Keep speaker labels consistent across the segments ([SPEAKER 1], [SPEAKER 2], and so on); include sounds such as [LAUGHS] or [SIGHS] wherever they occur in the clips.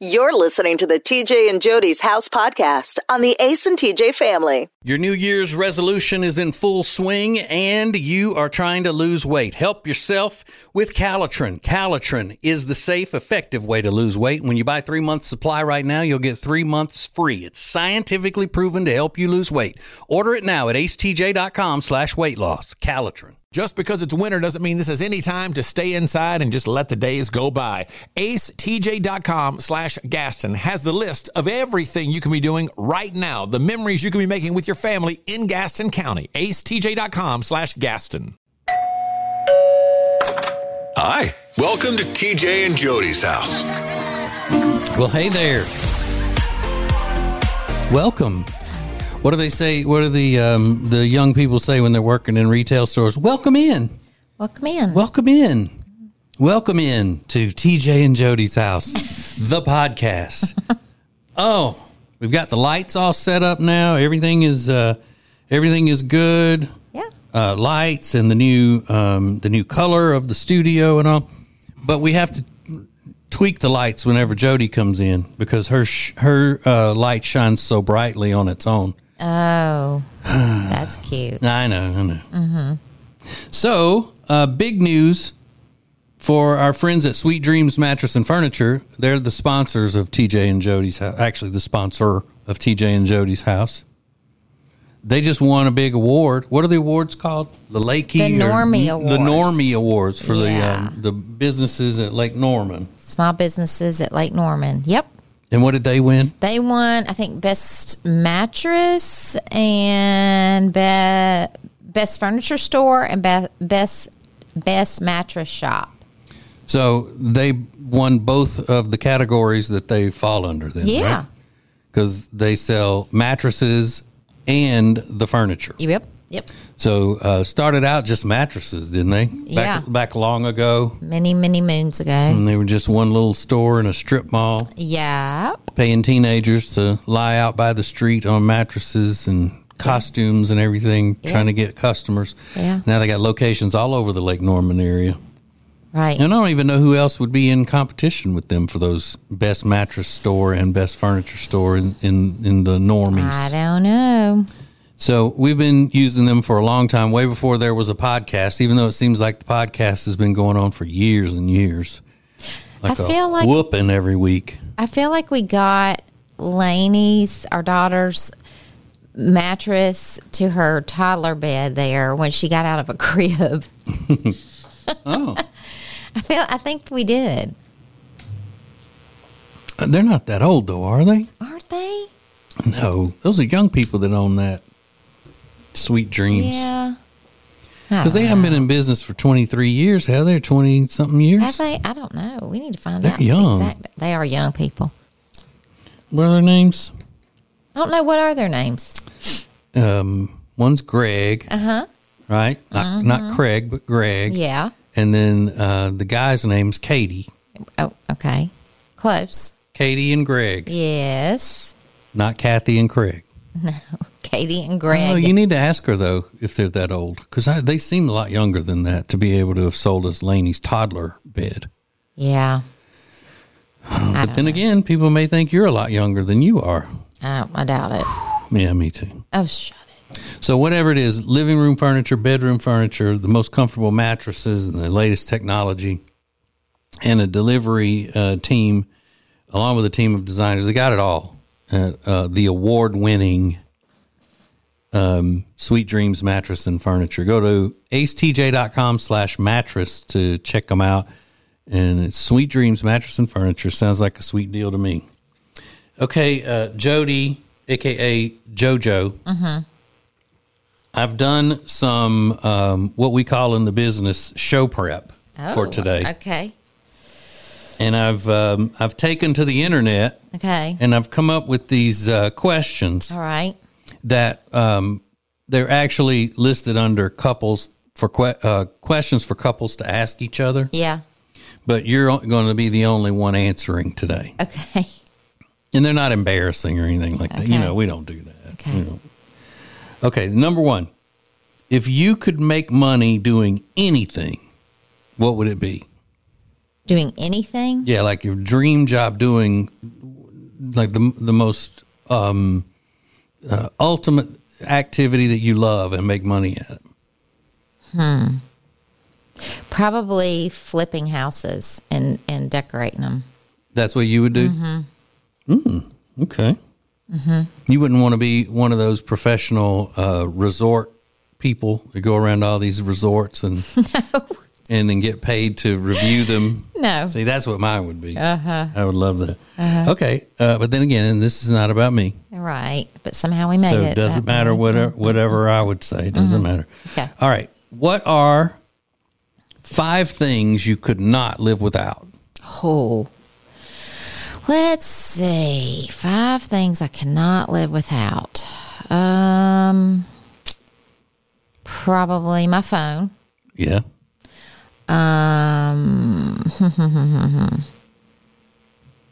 [SPEAKER 1] You're listening to the TJ and Jody's House podcast on the Ace and TJ family.
[SPEAKER 2] Your New Year's resolution is in full swing and you are trying to lose weight. Help yourself with Calitrin. Calitrin is the safe, effective way to lose weight. When you buy three months supply right now, you'll get three months free. It's scientifically proven to help you lose weight. Order it now at acetj.com slash weight loss. Calitrin.
[SPEAKER 3] Just because it's winter doesn't mean this is any time to stay inside and just let the days go by. AceTJ.com slash Gaston has the list of everything you can be doing right now, the memories you can be making with your family in Gaston County. AceTJ.com slash Gaston.
[SPEAKER 4] Hi, welcome to TJ and Jody's house.
[SPEAKER 2] Well, hey there. Welcome. What do they say? What do the um, the young people say when they're working in retail stores? Welcome in.
[SPEAKER 5] Welcome in.
[SPEAKER 2] Welcome in. Welcome in to TJ and Jody's house, the podcast. oh, we've got the lights all set up now. Everything is uh, everything is good.
[SPEAKER 5] yeah.
[SPEAKER 2] Uh, lights and the new um, the new color of the studio and all. But we have to tweak the lights whenever Jody comes in because her sh- her uh, light shines so brightly on its own.
[SPEAKER 5] [SIGHS] Oh, that's cute.
[SPEAKER 2] I know, I know.
[SPEAKER 5] Mm-hmm.
[SPEAKER 2] So, uh, big news for our friends at Sweet Dreams Mattress and Furniture. They're the sponsors of TJ and Jody's house. Actually, the sponsor of TJ and Jody's house. They just won a big award. What are the awards called? The Lakey,
[SPEAKER 5] The
[SPEAKER 2] or-
[SPEAKER 5] Normie
[SPEAKER 2] the
[SPEAKER 5] Awards.
[SPEAKER 2] Normie Awards for
[SPEAKER 5] Yeah.
[SPEAKER 2] the um, the businesses at Lake Norman.
[SPEAKER 5] Small businesses at Lake Norman. Yep.
[SPEAKER 2] And what did they win?
[SPEAKER 5] They won, I think, best mattress and be- best furniture store and be- best best mattress shop.
[SPEAKER 2] So they won both of the categories that they fall under. Then,
[SPEAKER 5] Yeah.
[SPEAKER 2] right? because they sell mattresses and the furniture.
[SPEAKER 5] Yep. Yep.
[SPEAKER 2] So uh, started out just mattresses, didn't they? Back,
[SPEAKER 5] Yeah.
[SPEAKER 2] Back long ago,
[SPEAKER 5] Many many moons ago.
[SPEAKER 2] and they were just one little store in a strip mall,
[SPEAKER 5] Yep.
[SPEAKER 2] paying teenagers to lie out by the street on mattresses and costumes and everything, trying to get customers.
[SPEAKER 5] Yeah.
[SPEAKER 2] Now they got locations all over the Lake Norman area,
[SPEAKER 5] Right.
[SPEAKER 2] and I don't even know who else would be in competition with them for those best mattress store and best furniture store in in, in the normies.
[SPEAKER 5] I don't know.
[SPEAKER 2] So we've been using them for a long time, way before there was a podcast, even though it seems like the podcast has been going on for years and years. Like
[SPEAKER 5] I
[SPEAKER 2] a
[SPEAKER 5] feel like-
[SPEAKER 2] whooping every week.
[SPEAKER 5] I feel like we got Lainey's, our daughter's mattress to her toddler bed there when she got out of
[SPEAKER 2] [LAUGHS]
[SPEAKER 5] a [LAUGHS] crib. oh.
[SPEAKER 2] Oh.
[SPEAKER 5] I feel I think we did.
[SPEAKER 2] Uh, They're not that old though, are they?
[SPEAKER 5] Aren't they?
[SPEAKER 2] No. Those are young people that own that. Sweet dreams.
[SPEAKER 5] Yeah.
[SPEAKER 2] Because they haven't been in business for 23 years, have they? 20 something
[SPEAKER 5] Have
[SPEAKER 2] years?
[SPEAKER 5] they? I don't know. We need to find
[SPEAKER 2] They're
[SPEAKER 5] out.
[SPEAKER 2] young.
[SPEAKER 5] Exact. They are young people.
[SPEAKER 2] What are their names?
[SPEAKER 5] I don't know what are their names.
[SPEAKER 2] Um, one's Greg. Uh huh. Right? Not, not Craig, but Greg.
[SPEAKER 5] Uh-huh. Mm-hmm. Yeah.
[SPEAKER 2] And then uh, the guy's name's Katie.
[SPEAKER 5] Oh, okay. Close.
[SPEAKER 2] Katie and Greg.
[SPEAKER 5] Yes.
[SPEAKER 2] not Kathy and Craig.
[SPEAKER 5] Katie and Greg.
[SPEAKER 2] Oh, you need to ask her though if they're that old because they seem a lot younger than that to be able to have sold us Laney's toddler bed.
[SPEAKER 5] yeah. I
[SPEAKER 2] But then again, people may think you're a lot younger than you are.
[SPEAKER 5] I, I doubt it.
[SPEAKER 2] Yeah, me too.
[SPEAKER 5] Oh, shut it.
[SPEAKER 2] So whatever it is, living room furniture, bedroom furniture, the most comfortable mattresses, and the latest technology, and a delivery uh, team, along with a team of designers, they got it all. At, uh, the award-winning um, Sweet Dreams mattress and furniture. Go to acetj.com slash mattress to check them out. And it's Sweet Dreams mattress and furniture. Sounds like a sweet deal to me. Okay, uh, Jody, aka JoJo. I've done some um, what we call in the business show prep for
[SPEAKER 5] Oh,
[SPEAKER 2] today,
[SPEAKER 5] Okay.
[SPEAKER 2] and I've um, I've taken to the internet
[SPEAKER 5] Okay.
[SPEAKER 2] and I've come up with these uh, questions
[SPEAKER 5] All right.
[SPEAKER 2] that um, they're actually listed under couples for que- uh, questions for couples to ask each other,
[SPEAKER 5] Yeah.
[SPEAKER 2] but you're going to be the only one answering today,
[SPEAKER 5] Okay. [LAUGHS]
[SPEAKER 2] and they're not embarrassing or anything like that. You
[SPEAKER 5] Okay.
[SPEAKER 2] know, we don't do that.
[SPEAKER 5] Okay.
[SPEAKER 2] You know. Okay, number one, if you could make money doing anything, what would it be?
[SPEAKER 5] Doing anything?
[SPEAKER 2] Yeah, like your dream job doing like the the most um, uh, ultimate activity that you love and make money at?
[SPEAKER 5] Probably flipping houses and, and decorating them.
[SPEAKER 2] That's what you would do. Mm-hmm. Mm, okay. You wouldn't want to be one of those professional uh, resort people that go around to all these resorts [LAUGHS] and and then get paid to review them.
[SPEAKER 5] No.
[SPEAKER 2] See, that's what mine would be. Uh-huh. I would love that. Okay, uh, but then again, and this is not about me,
[SPEAKER 5] Right. But somehow we made
[SPEAKER 2] so
[SPEAKER 5] it.
[SPEAKER 2] it doesn't
[SPEAKER 5] that
[SPEAKER 2] matter
[SPEAKER 5] way.
[SPEAKER 2] whatever whatever I would say. It doesn't matter.
[SPEAKER 5] Okay.
[SPEAKER 2] All right. What are five things you could not live without?
[SPEAKER 5] Oh. Let's see. Five things I cannot live without. Um, probably my phone.
[SPEAKER 2] Yeah.
[SPEAKER 5] Um,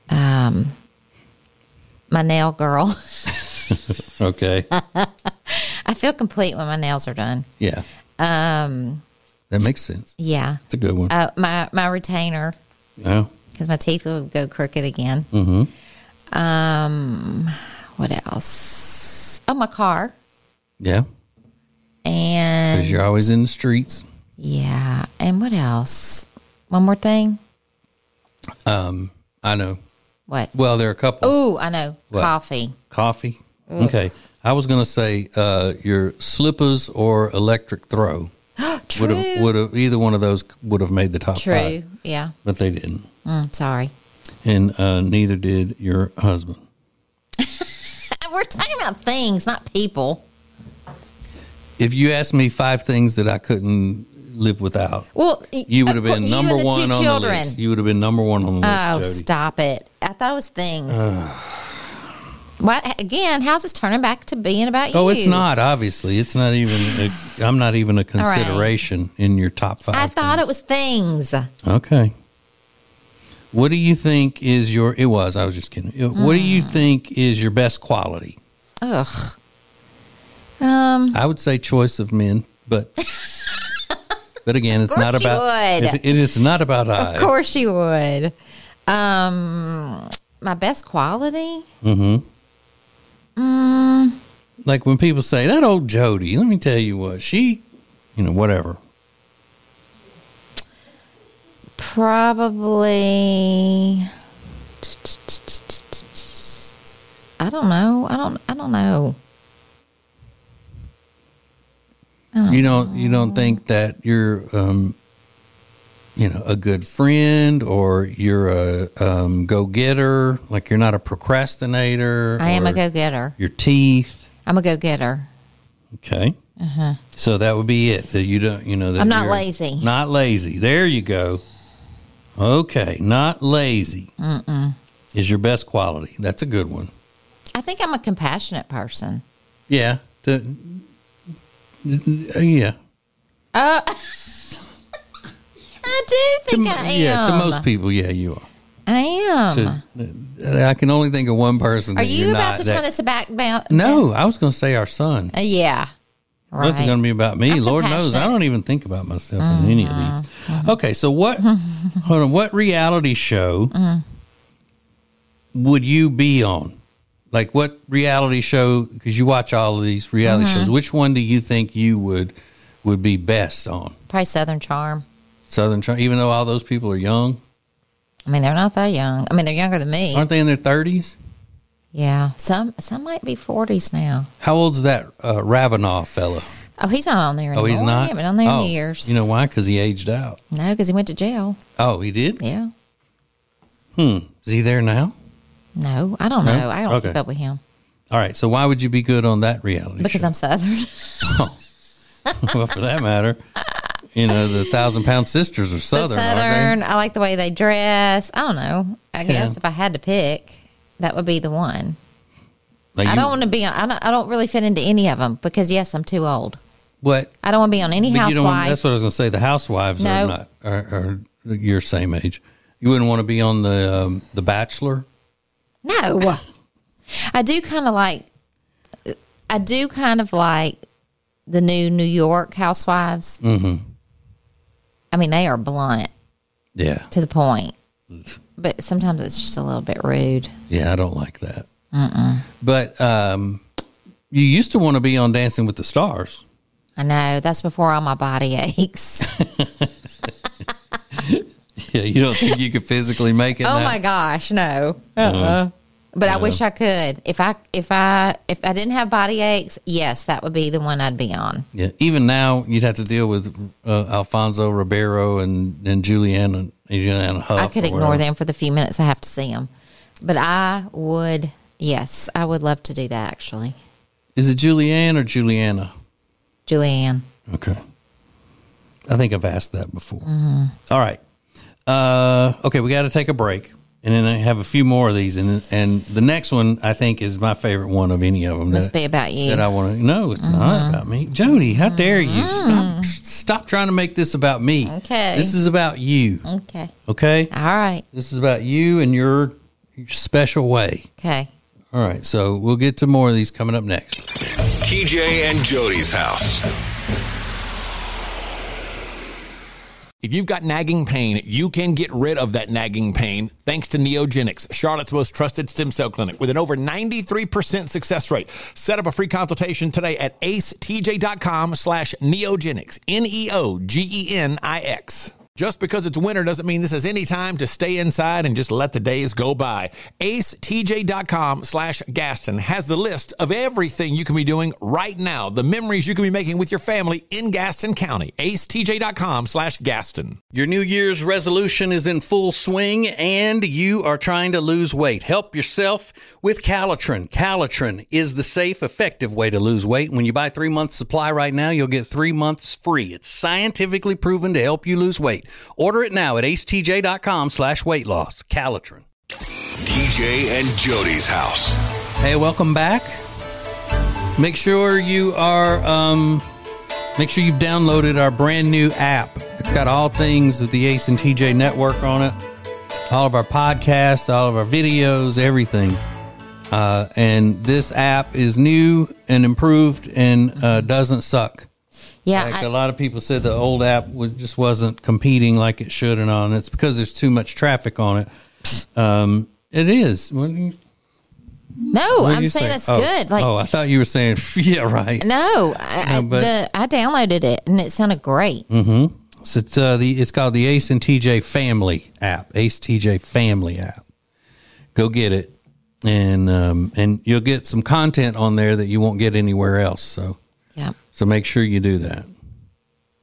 [SPEAKER 5] My nail girl. [LAUGHS]
[SPEAKER 2] Okay.
[SPEAKER 5] I feel complete when my nails are done. Um,
[SPEAKER 2] yeah. Um. That makes sense.
[SPEAKER 5] Yeah.
[SPEAKER 2] It's a good one.
[SPEAKER 5] Uh, my my retainer
[SPEAKER 2] yeah.
[SPEAKER 5] because my teeth will go crooked again.
[SPEAKER 2] Mm-hmm.
[SPEAKER 5] Um, what else? Oh, my car
[SPEAKER 2] Yeah.
[SPEAKER 5] and
[SPEAKER 2] Because you're always in the streets.
[SPEAKER 5] yeah, and what else? One more thing.
[SPEAKER 2] Um, I know.
[SPEAKER 5] What?
[SPEAKER 2] Well, there are a couple.
[SPEAKER 5] Oh, I know. Coffee. [GASPS]
[SPEAKER 2] Coffee. Okay. I was going to say uh, your slippers or electric throw would have
[SPEAKER 5] True.
[SPEAKER 2] would have either one of those would have made the top
[SPEAKER 5] True.
[SPEAKER 2] five,
[SPEAKER 5] Yeah.
[SPEAKER 2] but they didn't,
[SPEAKER 5] Mm, sorry. [LAUGHS]
[SPEAKER 2] and uh, neither did your husband.
[SPEAKER 5] We're talking about things, not people.
[SPEAKER 2] If you asked me five things that I couldn't live without,
[SPEAKER 5] Well, y-
[SPEAKER 2] you would
[SPEAKER 5] of
[SPEAKER 2] have been
[SPEAKER 5] cour- [LAUGHS] you
[SPEAKER 2] number
[SPEAKER 5] and the two
[SPEAKER 2] one on the
[SPEAKER 5] children.
[SPEAKER 2] list. You would have been number one on the list,
[SPEAKER 5] Oh,
[SPEAKER 2] Jody.
[SPEAKER 5] stop it! I thought it was things. What again? How's this turning back to being about you?
[SPEAKER 2] Oh, it's not. Obviously, it's not even. A, I'm not even a
[SPEAKER 5] right.
[SPEAKER 2] consideration in your top five.
[SPEAKER 5] I thought
[SPEAKER 2] things.
[SPEAKER 5] it was things.
[SPEAKER 2] Okay. What do you think is your? It was. I was just kidding. Uh, What do
[SPEAKER 5] Hmm.
[SPEAKER 2] you think is your best quality?
[SPEAKER 5] Ugh. Um.
[SPEAKER 2] I would say choice of men,
[SPEAKER 5] [LAUGHS]
[SPEAKER 2] but but again, it's
[SPEAKER 5] course
[SPEAKER 2] not
[SPEAKER 5] you
[SPEAKER 2] about.
[SPEAKER 5] would.
[SPEAKER 2] It's, it is not about I.
[SPEAKER 5] Of course you would. Um. My best quality.
[SPEAKER 2] Mm-hmm.
[SPEAKER 5] Mm.
[SPEAKER 2] Like when people say that old Jody. Let me tell you what she, you know, whatever.
[SPEAKER 5] Probably. I don't know. I don't. I don't know. Oh.
[SPEAKER 2] You don't. You don't think that you're. um you know, a good friend, or you're a um, go-getter. Like you're not a procrastinator.
[SPEAKER 5] I am
[SPEAKER 2] or
[SPEAKER 5] a go getter.
[SPEAKER 2] Your teeth.
[SPEAKER 5] I'm a go getter.
[SPEAKER 2] Okay. So that would be it. That you don't, you know, that
[SPEAKER 5] Uh-huh. I'm not
[SPEAKER 2] you're
[SPEAKER 5] lazy.
[SPEAKER 2] Not lazy. There you go. Okay, not lazy Mm-mm. is your best quality. That's a good one.
[SPEAKER 5] I think I'm a compassionate person.
[SPEAKER 2] Yeah. The- uh, yeah.
[SPEAKER 5] Uh, [LAUGHS] I do think I am.
[SPEAKER 2] Yeah. To most people, yeah, you are.
[SPEAKER 5] I am.
[SPEAKER 2] To, uh, I can only think of one person.
[SPEAKER 5] Are
[SPEAKER 2] that
[SPEAKER 5] you
[SPEAKER 2] you're
[SPEAKER 5] about
[SPEAKER 2] not
[SPEAKER 5] to
[SPEAKER 2] that-
[SPEAKER 5] turn this back down?
[SPEAKER 2] No, I was going to say our son.
[SPEAKER 5] Uh, yeah.
[SPEAKER 2] It wasn't going
[SPEAKER 5] Right.
[SPEAKER 2] to be about me.
[SPEAKER 5] I'm
[SPEAKER 2] Lord knows, I
[SPEAKER 5] compassionate. Mm-hmm.
[SPEAKER 2] don't even think about myself in any of these. Okay, so what?
[SPEAKER 5] [LAUGHS]
[SPEAKER 2] hold on. What reality show
[SPEAKER 5] Mm-hmm.
[SPEAKER 2] would you be on? Like what reality show? Because you watch all of these reality
[SPEAKER 5] Mm-hmm.
[SPEAKER 2] shows. Which one do you think you would would be best on?
[SPEAKER 5] Probably Southern Charm.
[SPEAKER 2] Southern Charm. Even though all those people are young,
[SPEAKER 5] I mean, they're not that young. I mean, they're younger than me.
[SPEAKER 2] aren't they in their thirties?
[SPEAKER 5] Yeah. Some some might be 40s now.
[SPEAKER 2] How old's that uh, Ravenoff fella?
[SPEAKER 5] Oh, he's not on there
[SPEAKER 2] Oh,
[SPEAKER 5] anymore.
[SPEAKER 2] he's
[SPEAKER 5] He
[SPEAKER 2] not.
[SPEAKER 5] haven't been on there
[SPEAKER 2] Oh,
[SPEAKER 5] in years.
[SPEAKER 2] You know why? Because he aged out.
[SPEAKER 5] No, because he went to jail.
[SPEAKER 2] Oh, he did. Hmm.
[SPEAKER 5] Yeah.
[SPEAKER 2] Is he there now?
[SPEAKER 5] No, I don't know. I don't
[SPEAKER 2] Okay.
[SPEAKER 5] keep up with him
[SPEAKER 2] All right. So why would you be good on that reality?
[SPEAKER 5] because
[SPEAKER 2] show?
[SPEAKER 5] I'm Southern. [LAUGHS]
[SPEAKER 2] [LAUGHS] well, for that matter, you know, the thousand pound sisters are
[SPEAKER 5] The
[SPEAKER 2] southern,
[SPEAKER 5] Southern.
[SPEAKER 2] aren't
[SPEAKER 5] I like the way they dress. I don't know. I guess if I had to pick, that would be the one.
[SPEAKER 2] they? Like
[SPEAKER 5] I
[SPEAKER 2] you-
[SPEAKER 5] don't want to be on. I don't, I don't really fit into any of them because yes, I'm too old.
[SPEAKER 2] What?
[SPEAKER 5] I don't want to be on any
[SPEAKER 2] But you don't want,
[SPEAKER 5] housewife.
[SPEAKER 2] that's what I was going to say. The housewives are
[SPEAKER 5] No.
[SPEAKER 2] not are, are your same age. You wouldn't want to be on the um, the Bachelor. [LAUGHS]
[SPEAKER 5] No, I do kind of like. I do kind of like the new New York housewives. Mm-hmm. I mean, they are blunt
[SPEAKER 2] Yeah,
[SPEAKER 5] to the point, but sometimes it's just a little bit rude.
[SPEAKER 2] Yeah, I don't like that. But um, you used to want to be on Dancing with the Stars.
[SPEAKER 5] I know that's before all my body aches. [LAUGHS]
[SPEAKER 2] Yeah, you don't think you could physically make it?
[SPEAKER 5] oh
[SPEAKER 2] now?
[SPEAKER 5] my gosh, no. Uh-uh. But I wish I could. If I if I if I didn't have body aches, yes, that would be the one I'd be on.
[SPEAKER 2] Yeah, even now you'd have to deal with uh, Alfonso Ribeiro and and Julianne and Julianne Huff.
[SPEAKER 5] I could
[SPEAKER 2] or
[SPEAKER 5] ignore
[SPEAKER 2] whatever.
[SPEAKER 5] them for the few minutes I have to see them. But I would, yes, I would love to do that actually.
[SPEAKER 2] Is it Julianne or Juliana?
[SPEAKER 5] Julianne.
[SPEAKER 2] Okay. I think I've asked that before.
[SPEAKER 5] Mm-hmm.
[SPEAKER 2] All right. Uh, okay, we got to take a break, and then I have a few more of these, and and the next one I think is my favorite one of any of them.
[SPEAKER 5] Must
[SPEAKER 2] that,
[SPEAKER 5] be about Mm-hmm. you.
[SPEAKER 2] that I want to. No, it's not about me, Jody. How dare you stop? Stop trying to make this about me.
[SPEAKER 5] Mm-hmm. Okay.
[SPEAKER 2] this is about you.
[SPEAKER 5] okay.
[SPEAKER 2] Okay,
[SPEAKER 5] All right.
[SPEAKER 2] this is about you and your your special way.
[SPEAKER 5] Okay.
[SPEAKER 2] All right, so we'll get to more of these coming up next.
[SPEAKER 4] TJ and Jody's house.
[SPEAKER 3] If you've got nagging pain, you can get rid of that nagging pain thanks to Neogenics, Charlotte's most trusted stem cell clinic with an over 93% success rate. Set up a free consultation today at acetj.com slash neogenics, E N-E-O-G-E-N-I-X. Just because it's winter doesn't mean this is any time to stay inside and just let the days go by. AceTJ.com slash Gaston has the list of everything you can be doing right now, the memories you can be making with your family in Gaston County. AceTJ.com slash Gaston.
[SPEAKER 2] Your New Year's resolution is in full swing and you are trying to lose weight. Help yourself with Calitrin. Calitrin is the safe, effective way to lose weight. When you buy three months supply right now, you'll get three months free. It's scientifically proven to help you lose weight. Order it now at acetj.com slash weight loss. Calitrin.
[SPEAKER 4] TJ and Jody's house.
[SPEAKER 2] Hey, welcome back. Make sure you are um make sure you've downloaded our brand new app. It's got all things of the Ace and TJ network on it. All of our podcasts, all of our videos, everything. Uh, and this app is new and improved and uh, doesn't suck.
[SPEAKER 5] Yeah.
[SPEAKER 2] Like
[SPEAKER 5] I-
[SPEAKER 2] a lot of people said the old app was, just wasn't competing like it should and all, and it's because there's too much traffic on it. Um, it is. When-
[SPEAKER 5] no,
[SPEAKER 2] what do
[SPEAKER 5] I'm
[SPEAKER 2] you
[SPEAKER 5] saying
[SPEAKER 2] say?
[SPEAKER 5] that's
[SPEAKER 2] Oh,
[SPEAKER 5] good. Like
[SPEAKER 2] oh, I thought you were saying, [LAUGHS] yeah, right.
[SPEAKER 5] no, I, I-
[SPEAKER 2] No, but- Mm.
[SPEAKER 5] the, I downloaded it and it sounded great.
[SPEAKER 2] So it's uh, the it's called the Ace and TJ Family app, Ace TJ Family app. Go get it, and um, and you'll get some content on there that you won't get anywhere else. So
[SPEAKER 5] Yeah.
[SPEAKER 2] so make sure you do that.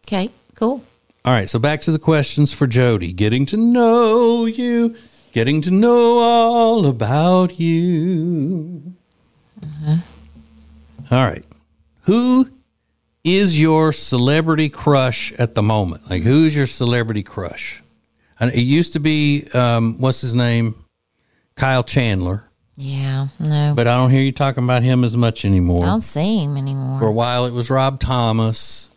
[SPEAKER 5] Okay. Cool.
[SPEAKER 2] All right, so back to the questions for Jody. Getting to know you, getting to know all about you. All right. Who is your celebrity crush at the moment? Like, who's your celebrity crush? And it used to be, um, what's his name? Kyle Chandler,
[SPEAKER 5] Yeah. No,
[SPEAKER 2] but I don't hear you talking about him as much anymore.
[SPEAKER 5] I don't see him anymore.
[SPEAKER 2] For a while, it was Rob Thomas.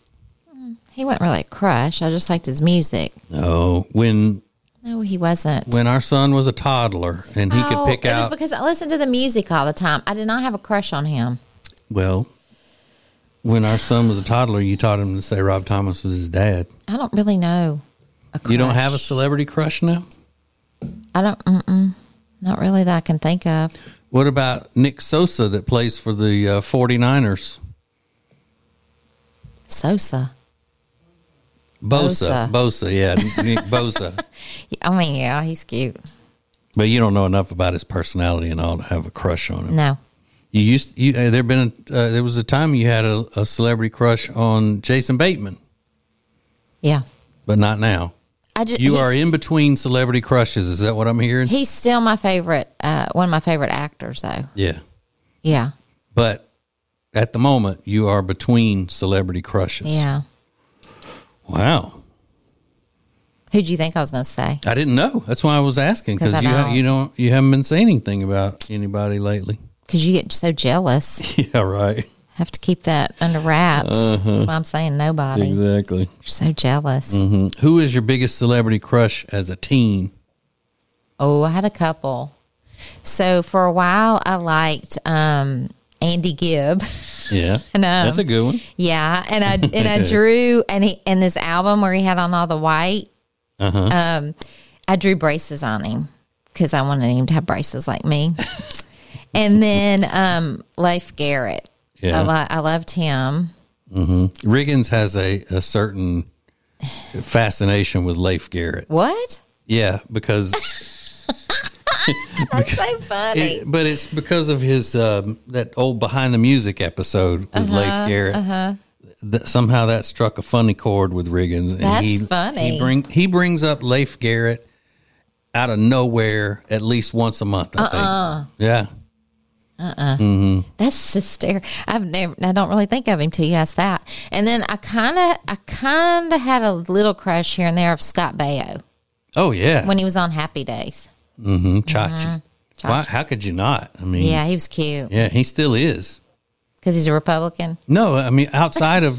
[SPEAKER 5] he wasn't really a crush. I just liked his music.
[SPEAKER 2] No, when
[SPEAKER 5] No, he wasn't.
[SPEAKER 2] when our son was a toddler and he
[SPEAKER 5] Oh,
[SPEAKER 2] could pick
[SPEAKER 5] it
[SPEAKER 2] out
[SPEAKER 5] was because I listened to the music all the time. I did not have a crush on him.
[SPEAKER 2] well when our son was a toddler you taught him to say rob thomas was his dad
[SPEAKER 5] I don't really know. A
[SPEAKER 2] you don't have a
[SPEAKER 5] crush.
[SPEAKER 2] celebrity crush now
[SPEAKER 5] I don't. Mm-mm, not really that I can think of.
[SPEAKER 2] what about nick sosa that plays for the uh, 49ers
[SPEAKER 5] Sosa.
[SPEAKER 2] bosa
[SPEAKER 5] Bosa.
[SPEAKER 2] bosa yeah nick
[SPEAKER 5] [LAUGHS]
[SPEAKER 2] bosa
[SPEAKER 5] I mean, yeah, he's cute.
[SPEAKER 2] but you don't know enough about his personality and all to have a crush on him
[SPEAKER 5] No.
[SPEAKER 2] you used you uh, there been a, uh, there was a time you had a, a celebrity crush on jason bateman
[SPEAKER 5] Yeah.
[SPEAKER 2] but not now
[SPEAKER 5] I just
[SPEAKER 2] you are in between celebrity crushes is that what i'm hearing
[SPEAKER 5] He's still my favorite. Uh, one of my favorite actors, though.
[SPEAKER 2] yeah
[SPEAKER 5] Yeah.
[SPEAKER 2] but at the moment you are between celebrity crushes.
[SPEAKER 5] Yeah.
[SPEAKER 2] Wow.
[SPEAKER 5] Who do you think I was going to say?
[SPEAKER 2] I didn't know. That's why I was asking
[SPEAKER 5] 'Cause
[SPEAKER 2] because you
[SPEAKER 5] I
[SPEAKER 2] ha-
[SPEAKER 5] don't.
[SPEAKER 2] you don't you haven't been saying anything about anybody lately. [LAUGHS]
[SPEAKER 5] Because you get so jealous.
[SPEAKER 2] Yeah, right.
[SPEAKER 5] have to keep that under wraps.
[SPEAKER 2] Uh-huh.
[SPEAKER 5] That's why I'm saying nobody. You're
[SPEAKER 2] Exactly.
[SPEAKER 5] so jealous.
[SPEAKER 2] Who is your biggest celebrity crush as a teen?
[SPEAKER 5] Oh, I had a couple. So for a while, I liked um, Andy Gibb. [LAUGHS]
[SPEAKER 2] Yeah.
[SPEAKER 5] know.
[SPEAKER 2] That's a good one.
[SPEAKER 5] yeah, and I and I drew and he and this album where he had on all the white. Um, I drew braces on him, because I wanted him to have braces like me. and then um, Leif Garrett.
[SPEAKER 2] Yeah.
[SPEAKER 5] I, li- I loved him.
[SPEAKER 2] Riggins has a, a certain fascination with Leif Garrett.
[SPEAKER 5] What?
[SPEAKER 2] Yeah, because
[SPEAKER 5] That's so funny.
[SPEAKER 2] it, but it's because of his um, that old behind the music episode with
[SPEAKER 5] Uh-huh,
[SPEAKER 2] Leif Garrett. That somehow that struck a funny chord with Riggins, and
[SPEAKER 5] That's
[SPEAKER 2] he
[SPEAKER 5] funny.
[SPEAKER 2] he bring he brings up Leif Garrett out of nowhere at least once a month. I
[SPEAKER 5] Uh-uh.
[SPEAKER 2] think. Yeah,
[SPEAKER 5] That's [LAUGHS] hysterical. I've never. I don't really think of him till you ask that. And then I kind of, I kind of had a little crush here and there of Scott Baio
[SPEAKER 2] oh yeah,
[SPEAKER 5] when he was on Happy Days.
[SPEAKER 2] Mm, Chachi. Why, how could you not? I mean,
[SPEAKER 5] Yeah, he was cute
[SPEAKER 2] Mm-hmm. yeah, he still is.
[SPEAKER 5] because he's a Republican.
[SPEAKER 2] No, I mean outside of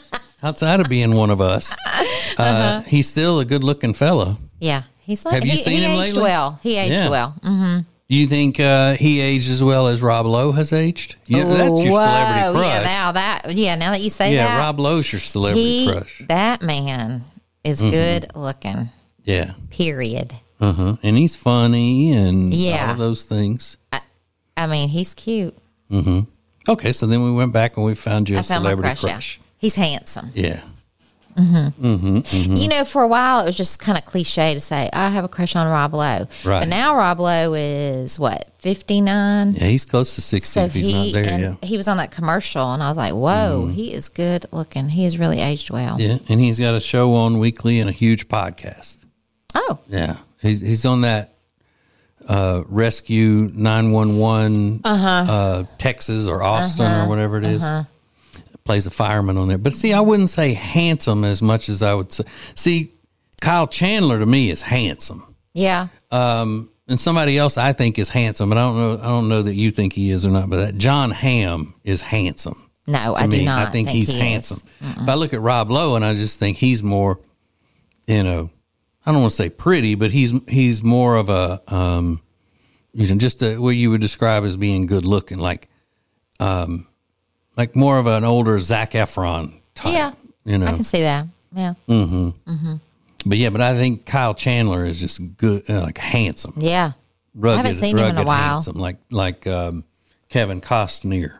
[SPEAKER 2] [LAUGHS] outside of being one of
[SPEAKER 5] [LAUGHS]
[SPEAKER 2] us, uh,
[SPEAKER 5] Uh-huh.
[SPEAKER 2] he's still a good-looking fella.
[SPEAKER 5] Yeah, he's like
[SPEAKER 2] Have you
[SPEAKER 5] he,
[SPEAKER 2] seen
[SPEAKER 5] he
[SPEAKER 2] him
[SPEAKER 5] aged
[SPEAKER 2] lately?
[SPEAKER 5] well. He aged
[SPEAKER 2] Yeah.
[SPEAKER 5] well. Mm.
[SPEAKER 2] You think uh, he aged as well as Rob Lowe has aged? Yeah, that's your
[SPEAKER 5] Mm-hmm.
[SPEAKER 2] celebrity
[SPEAKER 5] Whoa, Yeah,
[SPEAKER 2] crush. Yeah,
[SPEAKER 5] now that yeah, now that you say that,
[SPEAKER 2] Rob Lowe's your celebrity
[SPEAKER 5] he
[SPEAKER 2] crush. Mm-hmm.
[SPEAKER 5] that man is good looking.
[SPEAKER 2] Yeah,
[SPEAKER 5] Period.
[SPEAKER 2] uh huh. And he's funny and
[SPEAKER 5] Yeah.
[SPEAKER 2] all of those things.
[SPEAKER 5] I mean, he's cute.
[SPEAKER 2] Okay, so then we went back and we found you a
[SPEAKER 5] I found my
[SPEAKER 2] celebrity
[SPEAKER 5] crush.
[SPEAKER 2] crush.
[SPEAKER 5] yeah. He's handsome.
[SPEAKER 2] Yeah,
[SPEAKER 5] You
[SPEAKER 2] Mm.
[SPEAKER 5] know, for a while it was just kind of cliche to say I have a crush on Rob Lowe,
[SPEAKER 2] Right.
[SPEAKER 5] but now Rob Lowe is what fifty nine.
[SPEAKER 2] yeah, he's close to sixty.
[SPEAKER 5] So
[SPEAKER 2] if he's
[SPEAKER 5] he
[SPEAKER 2] not there,
[SPEAKER 5] and
[SPEAKER 2] yeah. Mm-hmm.
[SPEAKER 5] he was on that commercial, and I was like, "Whoa, he is good looking. He has really aged well."
[SPEAKER 2] Yeah, and he's got a show on weekly and a huge podcast.
[SPEAKER 5] Oh,
[SPEAKER 2] Yeah, he's he's on that uh, rescue nine one one uh, Texas or Austin or whatever it is. Plays a fireman on there, but see, I wouldn't say handsome as much as I would say. See, Kyle Chandler to me is handsome, Um,
[SPEAKER 5] yeah,
[SPEAKER 2] and somebody else I think is handsome, but I don't know. I don't know that you think he is or not. But that John Hamm is handsome.
[SPEAKER 5] no,
[SPEAKER 2] to
[SPEAKER 5] I do
[SPEAKER 2] me.
[SPEAKER 5] not.
[SPEAKER 2] I think, he's
[SPEAKER 5] he is.
[SPEAKER 2] handsome. But I look at Rob Lowe and I just think he's more, you know, I don't want to say pretty, but he's he's more of a, um, you know, just a, what you would describe as being good looking, like, um, like more of an older Zach Efron type.
[SPEAKER 5] Yeah,
[SPEAKER 2] You
[SPEAKER 5] I
[SPEAKER 2] know,
[SPEAKER 5] can see that. Yeah,
[SPEAKER 2] Mm. but yeah, but I think Kyle Chandler is just good, uh, like handsome,
[SPEAKER 5] yeah.
[SPEAKER 2] rugged,
[SPEAKER 5] haven't seen him in a
[SPEAKER 2] rugged
[SPEAKER 5] while.
[SPEAKER 2] handsome, like like um, Kevin Costner.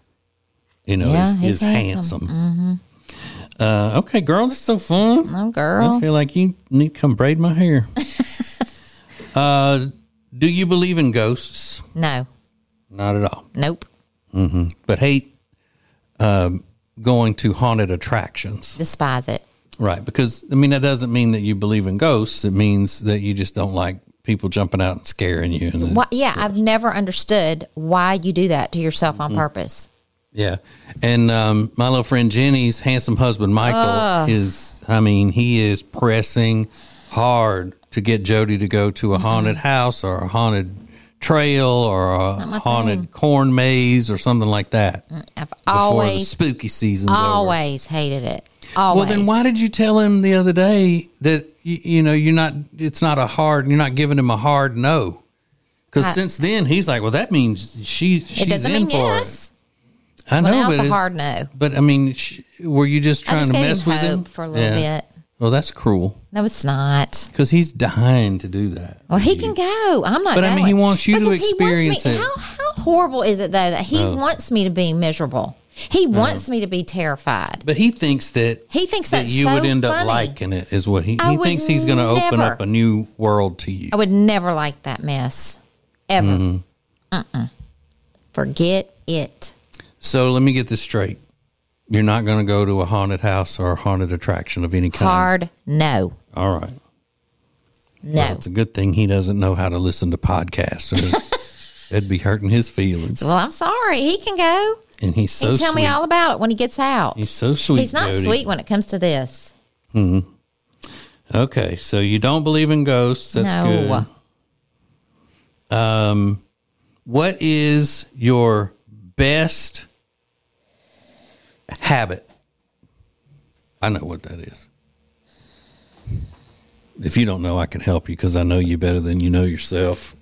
[SPEAKER 2] You know,
[SPEAKER 5] Yeah,
[SPEAKER 2] is,
[SPEAKER 5] he's Mm-hmm.
[SPEAKER 2] is handsome. Uh, okay, girl, this is so fun.
[SPEAKER 5] Oh, girl.
[SPEAKER 2] I feel like you need to come braid my
[SPEAKER 5] [LAUGHS]
[SPEAKER 2] hair. uh, do you believe in ghosts?
[SPEAKER 5] No,
[SPEAKER 2] Not at all.
[SPEAKER 5] nope.
[SPEAKER 2] But hate um, going to haunted attractions.
[SPEAKER 5] Despise it.
[SPEAKER 2] Right. Because, I mean, that doesn't mean that you believe in ghosts. It means that you just don't like people jumping out and scaring you. And,
[SPEAKER 5] Why, yeah, I've never understood why you do that to yourself
[SPEAKER 2] Mm-hmm.
[SPEAKER 5] on purpose.
[SPEAKER 2] Yeah. And um, my little friend Jenny's handsome husband, Michael,
[SPEAKER 5] Ah.
[SPEAKER 2] is, I mean, he is pressing hard to get Jody to go
[SPEAKER 5] Mm-hmm.
[SPEAKER 2] to a haunted house or a haunted trail or a
[SPEAKER 5] my
[SPEAKER 2] haunted
[SPEAKER 5] thing.
[SPEAKER 2] corn maze or something like that
[SPEAKER 5] I've
[SPEAKER 2] before the
[SPEAKER 5] always,
[SPEAKER 2] spooky season's over.
[SPEAKER 5] always hated it. Always.
[SPEAKER 2] Well, then why did you tell him the other day that you, you know you're not? It's not a hard. You're not giving him a hard no. Because
[SPEAKER 5] I-
[SPEAKER 2] since then he's like, well, that means she. She's
[SPEAKER 5] It doesn't
[SPEAKER 2] in
[SPEAKER 5] mean
[SPEAKER 2] for
[SPEAKER 5] yes.
[SPEAKER 2] It. I know,
[SPEAKER 5] Well, now
[SPEAKER 2] but
[SPEAKER 5] it's a
[SPEAKER 2] it's-
[SPEAKER 5] hard no.
[SPEAKER 2] But I mean, sh- were you just
[SPEAKER 5] I
[SPEAKER 2] trying
[SPEAKER 5] just
[SPEAKER 2] to
[SPEAKER 5] gave him
[SPEAKER 2] mess with him
[SPEAKER 5] hope for a little
[SPEAKER 2] Yeah.
[SPEAKER 5] bit.
[SPEAKER 2] Well, that's cruel
[SPEAKER 5] No, it's not.
[SPEAKER 2] because he's dying to do that.
[SPEAKER 5] Well, he can go. I'm not.
[SPEAKER 2] But, I
[SPEAKER 5] going.
[SPEAKER 2] mean, he wants you to
[SPEAKER 5] Because he wants
[SPEAKER 2] experience
[SPEAKER 5] me,
[SPEAKER 2] it. Oh.
[SPEAKER 5] How how horrible is it though that he wants me to be miserable? He wants me to be terrified.
[SPEAKER 2] But he thinks that
[SPEAKER 5] He thinks
[SPEAKER 2] that
[SPEAKER 5] that's
[SPEAKER 2] you
[SPEAKER 5] so
[SPEAKER 2] would end
[SPEAKER 5] funny.
[SPEAKER 2] up liking it is what he,
[SPEAKER 5] I
[SPEAKER 2] he
[SPEAKER 5] would
[SPEAKER 2] thinks he's going to open
[SPEAKER 5] never.
[SPEAKER 2] up a new world to you.
[SPEAKER 5] I would never like that mess ever. Mm-mm.
[SPEAKER 2] Mm-hmm.
[SPEAKER 5] Forget it.
[SPEAKER 2] So let me get this straight: you're not going to go to a haunted house or a haunted attraction of any kind.
[SPEAKER 5] Hard no,
[SPEAKER 2] All right.
[SPEAKER 5] no.
[SPEAKER 2] Well, it's a good thing he doesn't know how to listen to podcasts. Or
[SPEAKER 5] [LAUGHS]
[SPEAKER 2] it'd be hurting his feelings.
[SPEAKER 5] well, I'm sorry. He can go.
[SPEAKER 2] And he's
[SPEAKER 5] He
[SPEAKER 2] so
[SPEAKER 5] can tell
[SPEAKER 2] sweet.
[SPEAKER 5] me all about it when he gets out.
[SPEAKER 2] he's so sweet.
[SPEAKER 5] He's not
[SPEAKER 2] Jody.
[SPEAKER 5] sweet when it comes to this.
[SPEAKER 2] Okay, so you don't believe in ghosts. That's
[SPEAKER 5] no.
[SPEAKER 2] good. What is your best habit? I know what that is. If you don't know, I can help you because I know you better than you know yourself.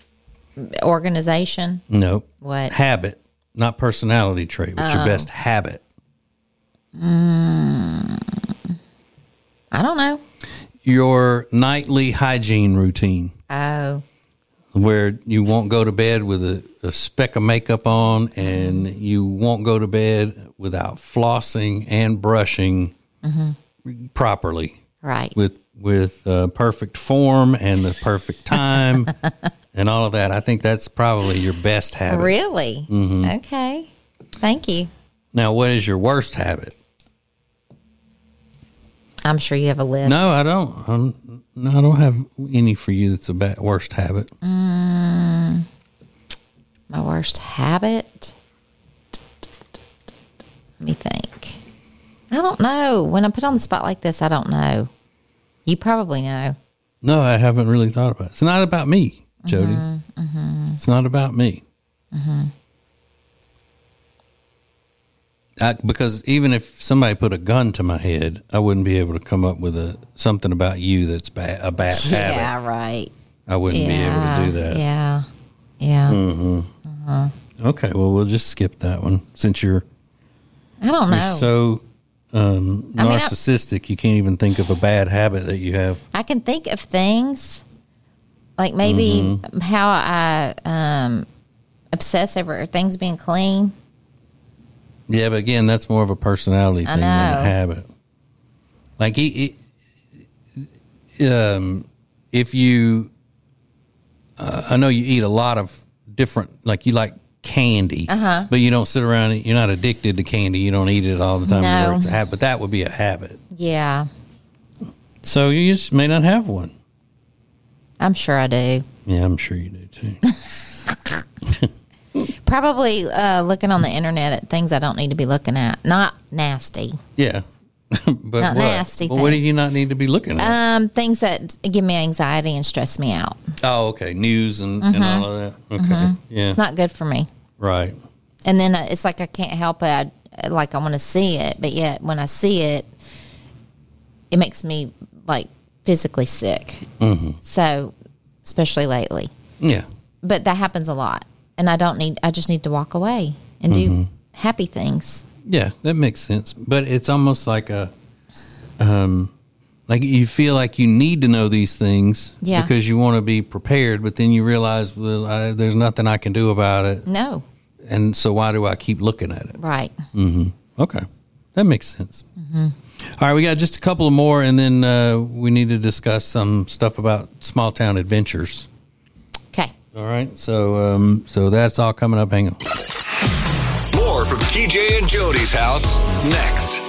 [SPEAKER 5] Organization.
[SPEAKER 2] No.
[SPEAKER 5] What?
[SPEAKER 2] Habit, not personality trait. What's your best habit?
[SPEAKER 5] I don't know.
[SPEAKER 2] Your nightly hygiene routine.
[SPEAKER 5] Oh,
[SPEAKER 2] where you won't go to bed with a, a speck of makeup on and you won't go to bed without flossing and brushing properly
[SPEAKER 5] Right.
[SPEAKER 2] with with uh, perfect form and the perfect time and all of that. I think that's probably your best habit.
[SPEAKER 5] really?
[SPEAKER 2] Mm-hmm.
[SPEAKER 5] Okay. Thank you.
[SPEAKER 2] Now, what is your worst habit?
[SPEAKER 5] I'm sure you have a list.
[SPEAKER 2] No, I don't. I'm, no, I don't have any for you. That's a bad, worst habit.
[SPEAKER 5] My worst habit. Let me think. I don't know. When I'm put on the spot like this, I don't know. You probably know.
[SPEAKER 2] No, I haven't really thought about it. It's not about me, Jody.
[SPEAKER 5] Mm-hmm,
[SPEAKER 2] It's not about me. I, because even if somebody put a gun to my head, I wouldn't be able to come up with a something about you that's bad, a bad habit.
[SPEAKER 5] Yeah, right.
[SPEAKER 2] I wouldn't
[SPEAKER 5] yeah.
[SPEAKER 2] be able to do that. Hmm.
[SPEAKER 5] Yeah. Yeah.
[SPEAKER 2] Okay, well, we'll just skip that one since you're,
[SPEAKER 5] I don't
[SPEAKER 2] you're
[SPEAKER 5] know.
[SPEAKER 2] so um,
[SPEAKER 5] I mean, I-
[SPEAKER 2] narcissistic. you can't even think of a bad habit that you have.
[SPEAKER 5] I can think of things like maybe
[SPEAKER 2] Mm-hmm.
[SPEAKER 5] how I um, obsess over things being clean.
[SPEAKER 2] Yeah, but again, that's more of a personality
[SPEAKER 5] I
[SPEAKER 2] thing than a
[SPEAKER 5] know.
[SPEAKER 2] habit. Like he, he- um, if you, uh, I know you eat a lot of different. Like you like candy, uh-huh. but you don't sit around. and- You're not addicted to candy. You don't eat it all the time.
[SPEAKER 5] No.
[SPEAKER 2] where it's a habit, but that would be a habit.
[SPEAKER 5] Yeah,
[SPEAKER 2] So you just may not have one.
[SPEAKER 5] I'm sure I do.
[SPEAKER 2] Yeah, I'm sure you do
[SPEAKER 5] [LAUGHS]
[SPEAKER 2] too.
[SPEAKER 5] Probably uh, looking on the internet at things I don't need to be looking at. Not nasty.
[SPEAKER 2] Yeah. [LAUGHS] but what?
[SPEAKER 5] Not nasty
[SPEAKER 2] Well, what do
[SPEAKER 5] things.
[SPEAKER 2] you not need to be looking at?
[SPEAKER 5] Um, things that give me anxiety and stress me out.
[SPEAKER 2] oh, okay. News and, and all of that. Okay. Yeah.
[SPEAKER 5] Mm-hmm. It's not good for me.
[SPEAKER 2] right.
[SPEAKER 5] And then uh, it's like I can't help it. I, like I want to see it, but yet when I see it, it makes me like physically sick. So, especially lately.
[SPEAKER 2] Yeah.
[SPEAKER 5] but that happens a lot and i don't need i just need to walk away and do happy things
[SPEAKER 2] Yeah. That makes sense. But it's almost like a, um, like you feel like you need to know these things
[SPEAKER 5] Yeah.
[SPEAKER 2] because you want to be prepared, but then you realize, well, I, there's nothing I can do about it.
[SPEAKER 5] no
[SPEAKER 2] And so why do I keep looking at it?
[SPEAKER 5] right
[SPEAKER 2] Okay, that makes sense. All right, we got just a couple of more, and then uh, we need to discuss some stuff about small town adventures.
[SPEAKER 5] okay
[SPEAKER 2] All right, so um, so that's all coming up. Hang on.
[SPEAKER 4] More from TJ and Jody's house next.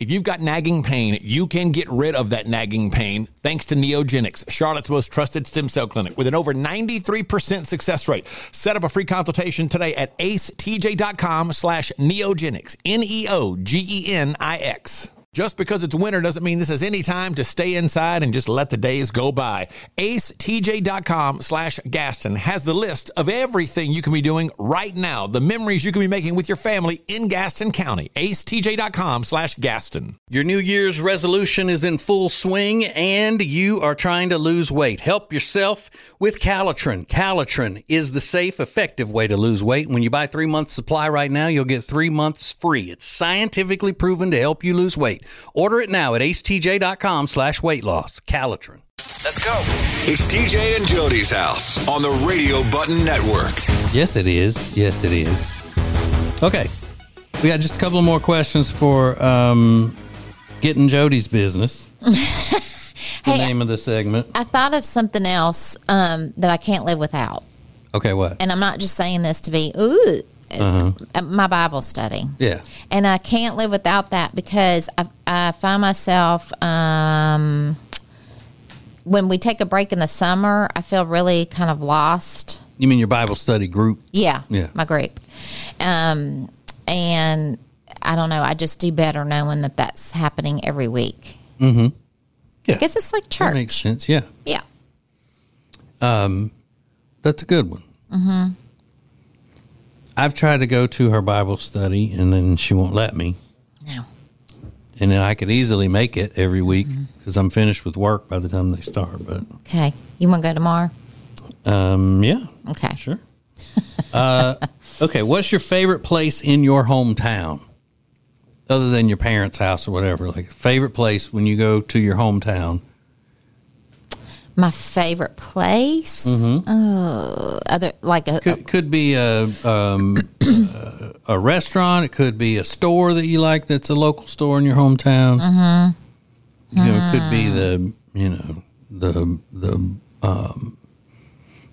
[SPEAKER 3] If you've got nagging pain, you can get rid of that nagging pain thanks to Neogenics, Charlotte's most trusted stem cell clinic with an over 93% success rate. Set up a free consultation today at acetj.com slash neogenics, E N-E-O-G-E-N-I-X. Just because it's winter doesn't mean this is any time to stay inside and just let the days go by. E AceTJ.com slash Gaston has the list of everything you can be doing right now, the memories you can be making with your family in Gaston County. E AceTJ.com slash Gaston.
[SPEAKER 2] Your New Year's resolution is in full swing and you are trying to lose weight. Help yourself with Calitrin. Calitrin is the safe, effective way to lose weight. When you buy three months supply right now, you'll get three months free. It's scientifically proven to help you lose weight. Order it now at acetj.com slash weight loss. Calitrin.
[SPEAKER 4] Let's go. It's TJ and Jody's house on the Radio Button Network.
[SPEAKER 2] Yes, it is. Yes, it is. Okay. We got just a couple of more questions for um, getting Jody's business. the
[SPEAKER 5] Hey,
[SPEAKER 2] name of the segment.
[SPEAKER 5] i thought of something else um, that i can't live without
[SPEAKER 2] Okay, what?
[SPEAKER 5] and i'm not just saying this to be ooh
[SPEAKER 2] Uh-huh.
[SPEAKER 5] uh, my bible study
[SPEAKER 2] Yeah.
[SPEAKER 5] and i can't live without that because i, I find myself um, when we take a break in the summer i feel really kind of lost
[SPEAKER 2] You mean your Bible study group?
[SPEAKER 5] Yeah.
[SPEAKER 2] Yeah.
[SPEAKER 5] My group. Um, and I don't know. I just do better knowing that that's happening every week.
[SPEAKER 2] Mm-hmm. Yeah.
[SPEAKER 5] I guess it's like
[SPEAKER 2] that makes
[SPEAKER 5] church.
[SPEAKER 2] sense. Yeah.
[SPEAKER 5] Yeah.
[SPEAKER 2] That's a good one. Mm-hmm. I've tried to go to her Bible study and then she won't let me.
[SPEAKER 5] No.
[SPEAKER 2] And then I could easily make it every week
[SPEAKER 5] Mm-hmm.
[SPEAKER 2] because I'm finished with work by the time they start. But
[SPEAKER 5] Okay. You want to go tomorrow?
[SPEAKER 2] um, yeah,
[SPEAKER 5] Okay.
[SPEAKER 2] sure. uh, [LAUGHS] okay. What's your favorite place in your hometown? Other than your parents' house or whatever, like favorite place when you go to your hometown.
[SPEAKER 5] My favorite place, oh, other like a,
[SPEAKER 2] Mm-hmm. Could, could be a um, a restaurant. It could be a store that you like that's a local store in your hometown. Mm-hmm. You know, it could be the you know the the um,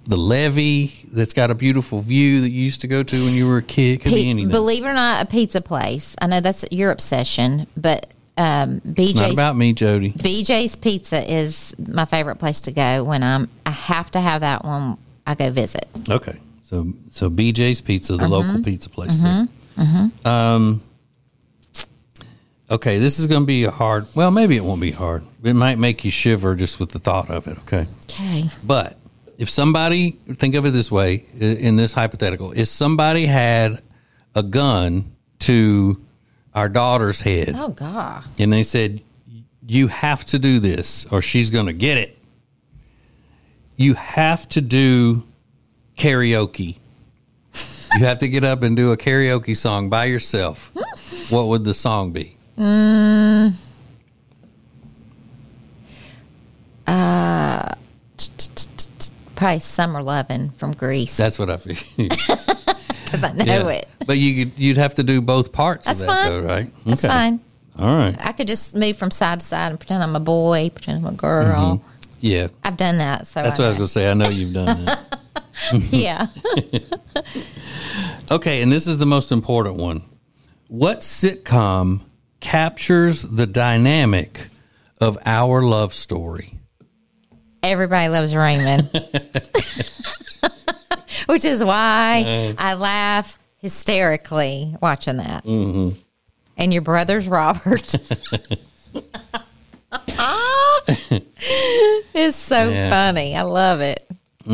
[SPEAKER 2] the levee that's got a beautiful view that you used to go to when you were a kid. It could be
[SPEAKER 5] Pe-
[SPEAKER 2] anything.
[SPEAKER 5] believe it or not, a pizza place. I know that's your obsession, but um,
[SPEAKER 2] it's not
[SPEAKER 5] BJ's
[SPEAKER 2] about me, Jody.
[SPEAKER 5] BJ's Pizza is my favorite place to go when I'm. I have to have that one. I go visit.
[SPEAKER 2] Okay. So so BJ's Pizza, the local pizza place there. Um, okay, this is going to be a hard. Well, maybe it won't be hard. It might make you shiver just with the thought of it. Okay,
[SPEAKER 5] Okay,
[SPEAKER 2] but if somebody think of it this way i- in this hypothetical, if somebody had a gun to our daughter's head
[SPEAKER 5] Oh God.
[SPEAKER 2] and they said, "You have to do this, or she's going to get it." You have to do karaoke. you have to get up and do a karaoke song by yourself. what would the song be?
[SPEAKER 5] Probably summer loving from Greece
[SPEAKER 2] That's what I [LAUGHS] feel.
[SPEAKER 5] because I know
[SPEAKER 2] Yeah.
[SPEAKER 5] it.
[SPEAKER 2] But you could, you'd have to do both parts
[SPEAKER 5] That's
[SPEAKER 2] of that,
[SPEAKER 5] fine.
[SPEAKER 2] though, right?
[SPEAKER 5] That's
[SPEAKER 2] Okay.
[SPEAKER 5] fine.
[SPEAKER 2] All right.
[SPEAKER 5] I could just move from side to side and pretend I'm a boy, pretend I'm a girl.
[SPEAKER 2] Yeah.
[SPEAKER 5] I've done that, so
[SPEAKER 2] Mm-hmm. That's what I was going to say. I know you've done that.
[SPEAKER 5] was gonna. [LAUGHS] Yeah,
[SPEAKER 2] Okay, and this is the most important one. What sitcom captures the dynamic of our love story?
[SPEAKER 5] everybody
[SPEAKER 2] [LAUGHS]
[SPEAKER 5] loves Raymond, [LAUGHS] which is why
[SPEAKER 2] Uh.
[SPEAKER 5] I laugh hysterically watching that. Mm-hmm. And your
[SPEAKER 2] [LAUGHS]
[SPEAKER 5] brother's Robert. [LAUGHS] it's so
[SPEAKER 2] Yeah. Mm-hmm.
[SPEAKER 5] funny. I love it. That,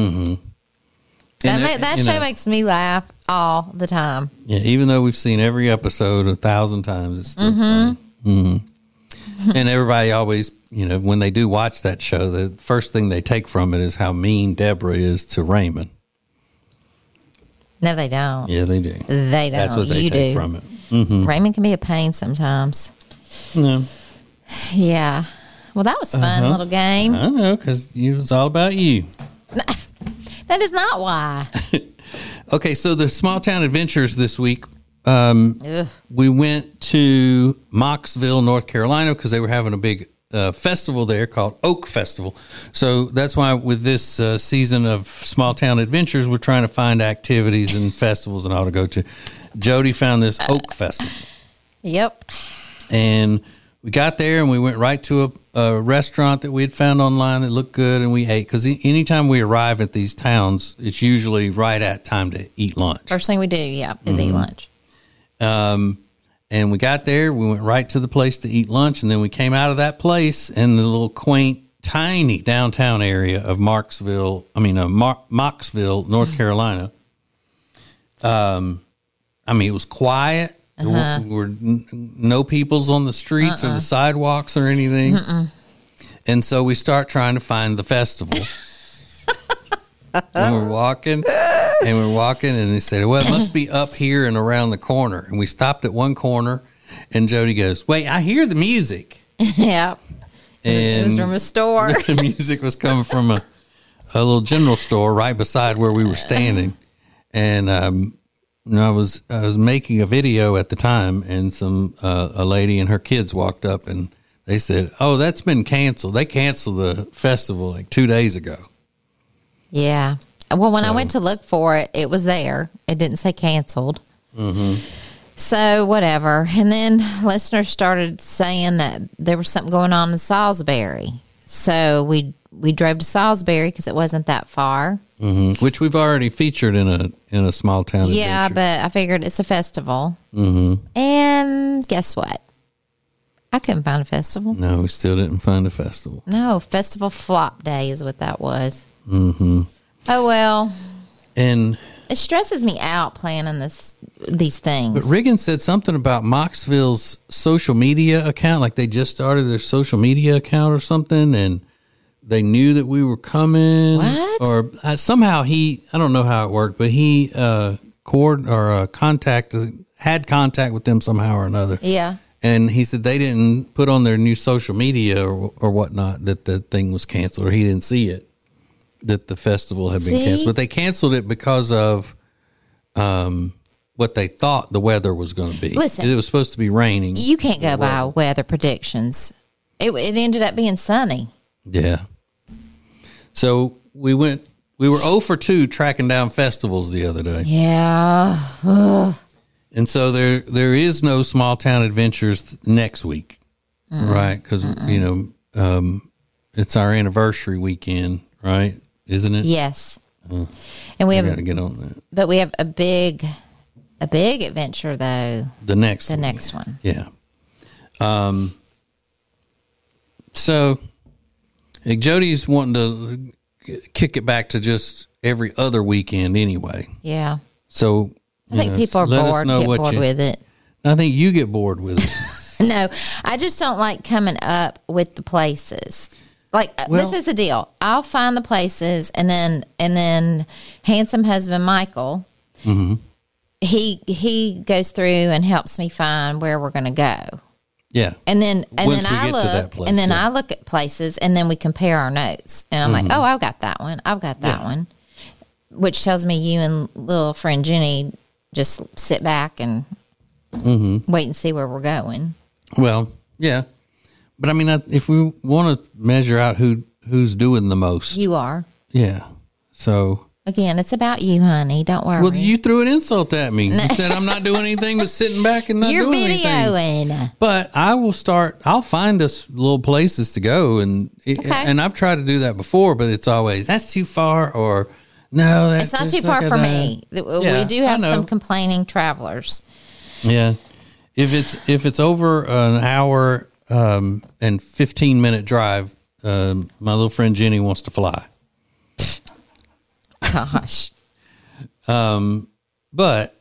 [SPEAKER 2] And uh,
[SPEAKER 5] ma- that
[SPEAKER 2] you
[SPEAKER 5] show
[SPEAKER 2] know,
[SPEAKER 5] makes me laugh all the time.
[SPEAKER 2] yeah, even though we've seen every episode a thousand times, it's still
[SPEAKER 5] Mm-hmm.
[SPEAKER 2] funny. hmm [LAUGHS] and everybody always, you know, when they do watch that show, the first thing they take from it is how mean Deborah is to Raymond.
[SPEAKER 5] No, they don't.
[SPEAKER 2] Yeah, they do.
[SPEAKER 5] They don't.
[SPEAKER 2] That's what they
[SPEAKER 5] Oh, you
[SPEAKER 2] take
[SPEAKER 5] do.
[SPEAKER 2] from it.
[SPEAKER 5] Raymond can be a pain sometimes.
[SPEAKER 2] No,
[SPEAKER 5] Yeah. Well, that was a fun little game.
[SPEAKER 2] I know because it was all about you.
[SPEAKER 5] That is not why.
[SPEAKER 2] Okay, so the small town adventures this week
[SPEAKER 5] Ugh.
[SPEAKER 2] we went to Moxville, North Carolina, because they were having a big uh, festival there called Oak Festival. So that's why, with this uh, season of Small Town Adventures, we're trying to find activities and [LAUGHS] festivals and all to go to. Jody found this Oak Festival,
[SPEAKER 5] Yep.
[SPEAKER 2] and we got there and we went right to a, a restaurant that we had found online that looked good, and we ate. Because anytime we arrive at these towns, it's usually right at time to eat lunch.
[SPEAKER 5] First thing we do, yeah, is eat lunch. [LAUGHS]
[SPEAKER 2] um, And we got there, we went right to the place to eat lunch, and then we came out of that place in the little quaint, tiny downtown area of Marksville, I mean, uh, Mar- Moxville, North Carolina. Um, I mean, it was quiet. There were- were n- no people's on the streets or the sidewalks or anything. And so we start trying to find the festival. and we're walking and we're walking and they said, Well, it must be up here and around the corner. And we stopped at one corner and Jody goes, Wait, I hear the music.
[SPEAKER 5] yep. It was
[SPEAKER 2] And
[SPEAKER 5] from a store.
[SPEAKER 2] [LAUGHS] the music was coming from a, a little general store right beside where we were standing. And um, and I was I was making a video at the time, and some uh, a lady and her kids walked up and they said, "Oh, that's been canceled. They canceled the festival like two days ago."
[SPEAKER 5] yeah. Well, when I went to look for it, it was there. It didn't say canceled. So, whatever. And then listeners started saying that there was something going on in Salisbury. So, we we drove to Salisbury because it wasn't that far.
[SPEAKER 2] Which we've already featured in a in a small town.
[SPEAKER 5] Yeah,
[SPEAKER 2] adventure.
[SPEAKER 5] but I figured it's a festival. Mm-hmm. And guess what? I couldn't find a festival.
[SPEAKER 2] no, we still didn't find a festival.
[SPEAKER 5] No, festival flop day is what that was. Mm-hmm. Oh well,
[SPEAKER 2] And
[SPEAKER 5] it stresses me out planning this these
[SPEAKER 2] But
[SPEAKER 5] things.
[SPEAKER 2] Riggins said something about Moxville's social media account, like they just started their social media account or something, and they knew that we were coming.
[SPEAKER 5] What?
[SPEAKER 2] Or uh, somehow he, I don't know how it worked, but he uh, cord or uh, contact had contact with them somehow or another,
[SPEAKER 5] yeah,
[SPEAKER 2] And he said they didn't put on their new social media or, or whatnot that the thing was canceled, or he didn't see it that the festival had been
[SPEAKER 5] See?
[SPEAKER 2] canceled. But they canceled it because of um, what they thought the weather was going to be.
[SPEAKER 5] Listen.
[SPEAKER 2] it was supposed to be raining.
[SPEAKER 5] You can't go by weather predictions. It, it ended up being sunny.
[SPEAKER 2] Yeah. So we went. We were 0 for 2 tracking down festivals the other day.
[SPEAKER 5] Yeah.
[SPEAKER 2] And so there there is no small town adventures th- next week, right? Because you know um, it's our anniversary weekend, right? Isn't it?
[SPEAKER 5] Yes. And we
[SPEAKER 2] Mm. I got
[SPEAKER 5] have,
[SPEAKER 2] to get on that.
[SPEAKER 5] but we have a big, a big adventure though.
[SPEAKER 2] The next.
[SPEAKER 5] The
[SPEAKER 2] one.
[SPEAKER 5] next one.
[SPEAKER 2] Yeah. Um. So, like, Jody's wanting to kick it back to just every other weekend anyway.
[SPEAKER 5] Yeah.
[SPEAKER 2] So
[SPEAKER 5] I think people are bored. Get bored with it.
[SPEAKER 2] I think you get bored with it. [LAUGHS]
[SPEAKER 5] No, I just don't like coming up with the places. Like uh,
[SPEAKER 2] Well-
[SPEAKER 5] this is the deal. I'll find the places, and then and then handsome husband Michael, he he goes through and helps me find where we're going to go,
[SPEAKER 2] yeah.
[SPEAKER 5] and then and
[SPEAKER 2] Once
[SPEAKER 5] then
[SPEAKER 2] we
[SPEAKER 5] I
[SPEAKER 2] get to that
[SPEAKER 5] look,
[SPEAKER 2] place,
[SPEAKER 5] and then
[SPEAKER 2] yeah. Mm-hmm.
[SPEAKER 5] I look at places, and then we compare our notes, and I'm like, oh, I've got that one, I've got that one, which tells me you and little friend Jenny just sit back and
[SPEAKER 2] Mm-hmm.
[SPEAKER 5] wait and see where we're going.
[SPEAKER 2] Well, yeah. But I mean, I- if we want to measure out who who's doing the most,
[SPEAKER 5] You are.
[SPEAKER 2] yeah. So,
[SPEAKER 5] Again, it's about you, honey. Don't worry.
[SPEAKER 2] well, you threw an insult at me. You said I'm not doing anything but sitting back and not
[SPEAKER 5] are
[SPEAKER 2] doing anything.
[SPEAKER 5] videoing.
[SPEAKER 2] But I will start. I'll find us little places to go, and it,
[SPEAKER 5] Okay.
[SPEAKER 2] and I've tried to do that before, but it's always that's too far, or no, that,
[SPEAKER 5] It's not
[SPEAKER 2] that's
[SPEAKER 5] too far
[SPEAKER 2] like
[SPEAKER 5] for
[SPEAKER 2] a-
[SPEAKER 5] me. Th-
[SPEAKER 2] Yeah,
[SPEAKER 5] we do have
[SPEAKER 2] I know.
[SPEAKER 5] some complaining travelers.
[SPEAKER 2] Yeah. If it's if it's over an hour um, and fifteen minute drive, um, my little friend Jenny wants to fly.
[SPEAKER 5] Gosh.
[SPEAKER 2] But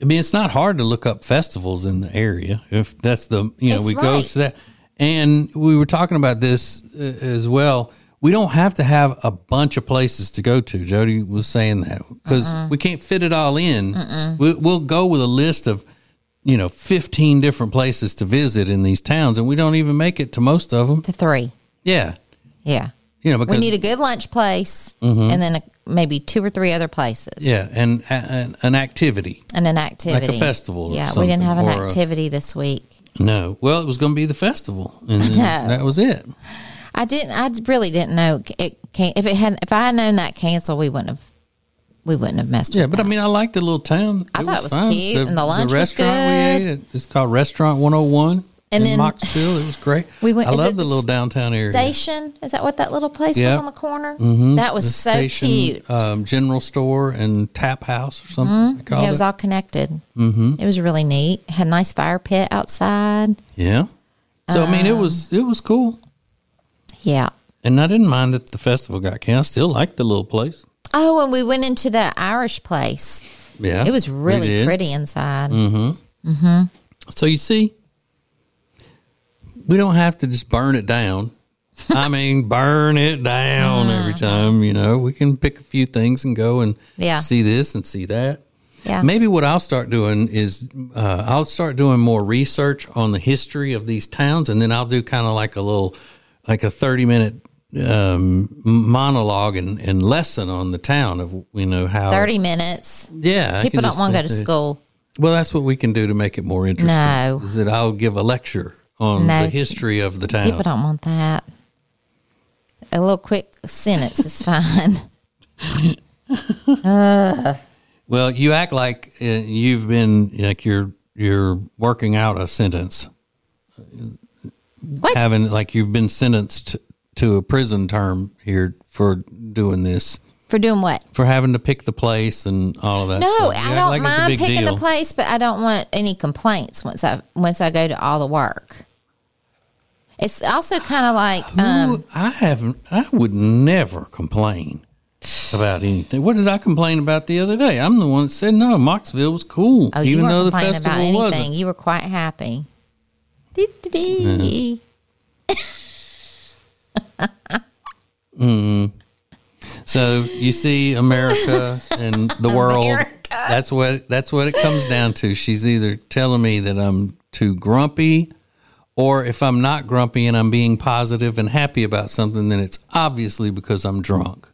[SPEAKER 2] I mean, it's not hard to look up festivals in the area if that's the you know
[SPEAKER 5] That's
[SPEAKER 2] we go
[SPEAKER 5] right.
[SPEAKER 2] to that. And we were talking about this uh, as well. We don't have to have a bunch of places to go to. Jody was saying that because we can't fit it all in. We, we'll go with a list of you know fifteen different places to visit in these towns, and we don't even make it to most of them.
[SPEAKER 5] the three.
[SPEAKER 2] Yeah,
[SPEAKER 5] Yeah.
[SPEAKER 2] you know
[SPEAKER 5] We
[SPEAKER 2] because Mm-hmm.
[SPEAKER 5] need a good lunch place and then a, maybe two or three other places
[SPEAKER 2] yeah, and, and an activity.
[SPEAKER 5] and an activity.
[SPEAKER 2] festival or
[SPEAKER 5] Yeah. We
[SPEAKER 2] something,
[SPEAKER 5] didn't have an
[SPEAKER 2] or a-
[SPEAKER 5] activity this week.
[SPEAKER 2] No, well, it was going to be the festival, and then
[SPEAKER 5] No.
[SPEAKER 2] that was it.
[SPEAKER 5] I didn't, I really didn't know it can If it had, if I had known that cancel, we wouldn't have, we wouldn't have messed
[SPEAKER 2] Yeah,
[SPEAKER 5] with
[SPEAKER 2] but I mean, I like the little town.
[SPEAKER 5] I thought it was cute, and the lunch was
[SPEAKER 2] we ate at, it's called Restaurant One Hundred One
[SPEAKER 5] And
[SPEAKER 2] in
[SPEAKER 5] then-
[SPEAKER 2] Moxville. It was great.
[SPEAKER 5] We went-
[SPEAKER 2] I
[SPEAKER 5] is
[SPEAKER 2] love
[SPEAKER 5] it
[SPEAKER 2] the
[SPEAKER 5] the
[SPEAKER 2] little downtown area.
[SPEAKER 5] Station is that what that little place
[SPEAKER 2] Yeah. Mm-hmm.
[SPEAKER 5] was on the corner? That was so
[SPEAKER 2] Station,
[SPEAKER 5] cute. Mm-hmm.
[SPEAKER 2] Um, general store and tap house or something. they called
[SPEAKER 5] Yeah, it was
[SPEAKER 2] it.
[SPEAKER 5] all connected. Mm-hmm. It was really neat. Had a nice fire pit outside.
[SPEAKER 2] yeah. So I mean, it was it was cool,
[SPEAKER 5] Yeah.
[SPEAKER 2] and I didn't mind that the festival got canceled. I still liked the little place.
[SPEAKER 5] Oh, and we went into the Irish place.
[SPEAKER 2] Yeah,
[SPEAKER 5] It was
[SPEAKER 2] we
[SPEAKER 5] really
[SPEAKER 2] did. Mm.
[SPEAKER 5] pretty inside.
[SPEAKER 2] So you see, we don't have to just burn it down.
[SPEAKER 5] [LAUGHS]
[SPEAKER 2] I mean, burn it down
[SPEAKER 5] Mm-hmm.
[SPEAKER 2] every time. You know, we can pick a few things and go and
[SPEAKER 5] Yeah.
[SPEAKER 2] see this and see that.
[SPEAKER 5] Yeah.
[SPEAKER 2] Maybe what I'll start doing is uh, I'll start doing more research on the history of these towns, and then I'll do kind of like a little, like a thirty minute um, monologue and, and lesson on the town of you know how
[SPEAKER 5] Thirty minutes.
[SPEAKER 2] yeah I
[SPEAKER 5] People
[SPEAKER 2] can
[SPEAKER 5] don't
[SPEAKER 2] just
[SPEAKER 5] want to go
[SPEAKER 2] sit
[SPEAKER 5] to
[SPEAKER 2] there.
[SPEAKER 5] school.
[SPEAKER 2] Well, that's what we can do to make it more interesting.
[SPEAKER 5] No.
[SPEAKER 2] Is that I'll give a lecture on
[SPEAKER 5] No.
[SPEAKER 2] the history of the town.
[SPEAKER 5] People don't want that. A little quick sentence
[SPEAKER 2] [LAUGHS]
[SPEAKER 5] is fine.
[SPEAKER 2] Well, you act like uh, you've been like you're you're working out a sentence,
[SPEAKER 5] What?
[SPEAKER 2] having like you've been sentenced to a prison term here for doing this,
[SPEAKER 5] For doing what?
[SPEAKER 2] for having to pick the place and all of that.
[SPEAKER 5] No,
[SPEAKER 2] stuff. You
[SPEAKER 5] I
[SPEAKER 2] act
[SPEAKER 5] don't
[SPEAKER 2] like it's a
[SPEAKER 5] mind
[SPEAKER 2] big
[SPEAKER 5] picking
[SPEAKER 2] deal.
[SPEAKER 5] the place, but I don't want any complaints once I once I go to all the work. It's also kind of like um,
[SPEAKER 2] Ooh, I haven't. I would never complain about anything. What did I complain about the other day? I'm the one that said no. Moxville was cool,
[SPEAKER 5] Oh, you
[SPEAKER 2] even
[SPEAKER 5] weren't
[SPEAKER 2] though the
[SPEAKER 5] complaining
[SPEAKER 2] festival
[SPEAKER 5] about anything.
[SPEAKER 2] wasn't.
[SPEAKER 5] You were quite happy. Dee, dee, dee.
[SPEAKER 2] So you see, America
[SPEAKER 5] [LAUGHS]
[SPEAKER 2] and the world.
[SPEAKER 5] America.
[SPEAKER 2] That's what. That's what it comes down to. She's either telling me that I'm to grumpy, or if I'm not grumpy and I'm being positive and happy about something, then it's obviously because I'm drunk.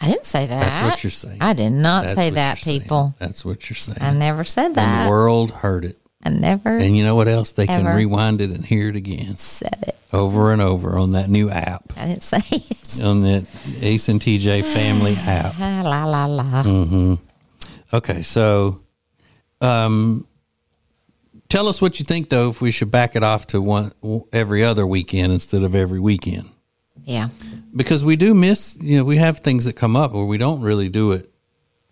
[SPEAKER 5] I didn't say that.
[SPEAKER 2] That's what you're saying.
[SPEAKER 5] I did not
[SPEAKER 2] That's
[SPEAKER 5] say
[SPEAKER 2] what
[SPEAKER 5] that,
[SPEAKER 2] you're saying.
[SPEAKER 5] people.
[SPEAKER 2] That's what you're saying.
[SPEAKER 5] I never said
[SPEAKER 2] and the
[SPEAKER 5] that.
[SPEAKER 2] world heard it.
[SPEAKER 5] I never
[SPEAKER 2] And you know what else? They can
[SPEAKER 5] Ever.
[SPEAKER 2] rewind it and hear it again
[SPEAKER 5] said it.
[SPEAKER 2] over and over on that new app,
[SPEAKER 5] I didn't say [LAUGHS] it.
[SPEAKER 2] on that Ace and TJ
[SPEAKER 5] [SIGHS]
[SPEAKER 2] family app.
[SPEAKER 5] Ah, la la la.
[SPEAKER 2] Mm. Okay, so um, tell us what you think, though, if we should back it off to one every other weekend instead of every weekend.
[SPEAKER 5] Yeah.
[SPEAKER 2] because we do miss you know we have things that come up where we don't really do it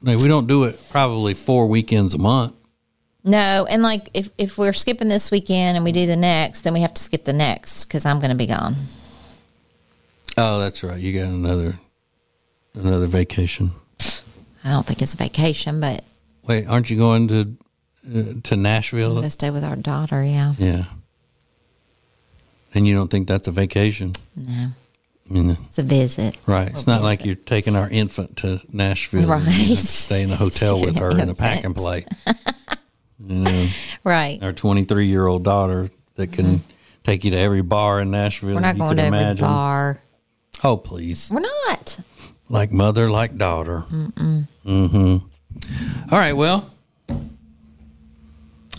[SPEAKER 2] like we don't do it probably four weekends a month
[SPEAKER 5] No, and like if if we're skipping this weekend and we do the next, then we have to skip the next because I'm going to be gone.
[SPEAKER 2] oh that's right you got another another vacation
[SPEAKER 5] I don't think it's a vacation, but
[SPEAKER 2] wait aren't you going to uh, to
[SPEAKER 5] I'm
[SPEAKER 2] nashville
[SPEAKER 5] going to stay with our daughter. Yeah.
[SPEAKER 2] yeah and you don't think that's a vacation
[SPEAKER 5] No,
[SPEAKER 2] Mm,
[SPEAKER 5] it's a visit.
[SPEAKER 2] right it's not like you're taking our infant to nashville and you have to
[SPEAKER 5] Right.
[SPEAKER 2] stay in a hotel with her
[SPEAKER 5] [LAUGHS]
[SPEAKER 2] in a pack and play
[SPEAKER 5] Right.
[SPEAKER 2] our 23 year old daughter that can take you to every bar in nashville
[SPEAKER 5] Mm-hmm. We're not
[SPEAKER 2] you
[SPEAKER 5] going
[SPEAKER 2] could
[SPEAKER 5] to every
[SPEAKER 2] imagine.
[SPEAKER 5] bar.
[SPEAKER 2] oh please
[SPEAKER 5] We're not.
[SPEAKER 2] like mother, like daughter. Mm-mm. Mm-hmm. All right. Well,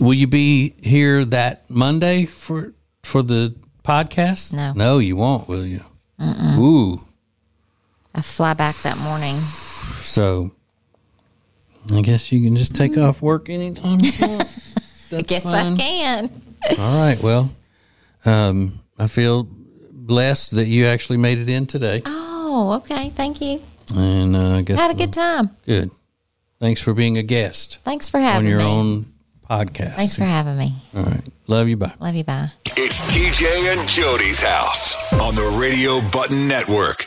[SPEAKER 2] will you be here that Monday for for the podcast?
[SPEAKER 5] No.
[SPEAKER 2] no, you won't, will you? Ooh,
[SPEAKER 5] I fly back that morning.
[SPEAKER 2] so I guess you can just take off work anytime you
[SPEAKER 5] [LAUGHS]
[SPEAKER 2] want. That's I
[SPEAKER 5] Guess I can.
[SPEAKER 2] All right. Well, um, I feel blessed that you actually made it in today,
[SPEAKER 5] Oh, okay. Thank you.
[SPEAKER 2] and uh, I guess
[SPEAKER 5] Had a
[SPEAKER 2] we'll-
[SPEAKER 5] good time.
[SPEAKER 2] good. Thanks for being a guest
[SPEAKER 5] Thanks for having
[SPEAKER 2] on your
[SPEAKER 5] me.
[SPEAKER 2] own podcast.
[SPEAKER 5] Thanks for having me.
[SPEAKER 2] All right. Love you. Bye.
[SPEAKER 5] Love you. Bye.
[SPEAKER 4] It's TJ and Jody's house on the Radio Button Network.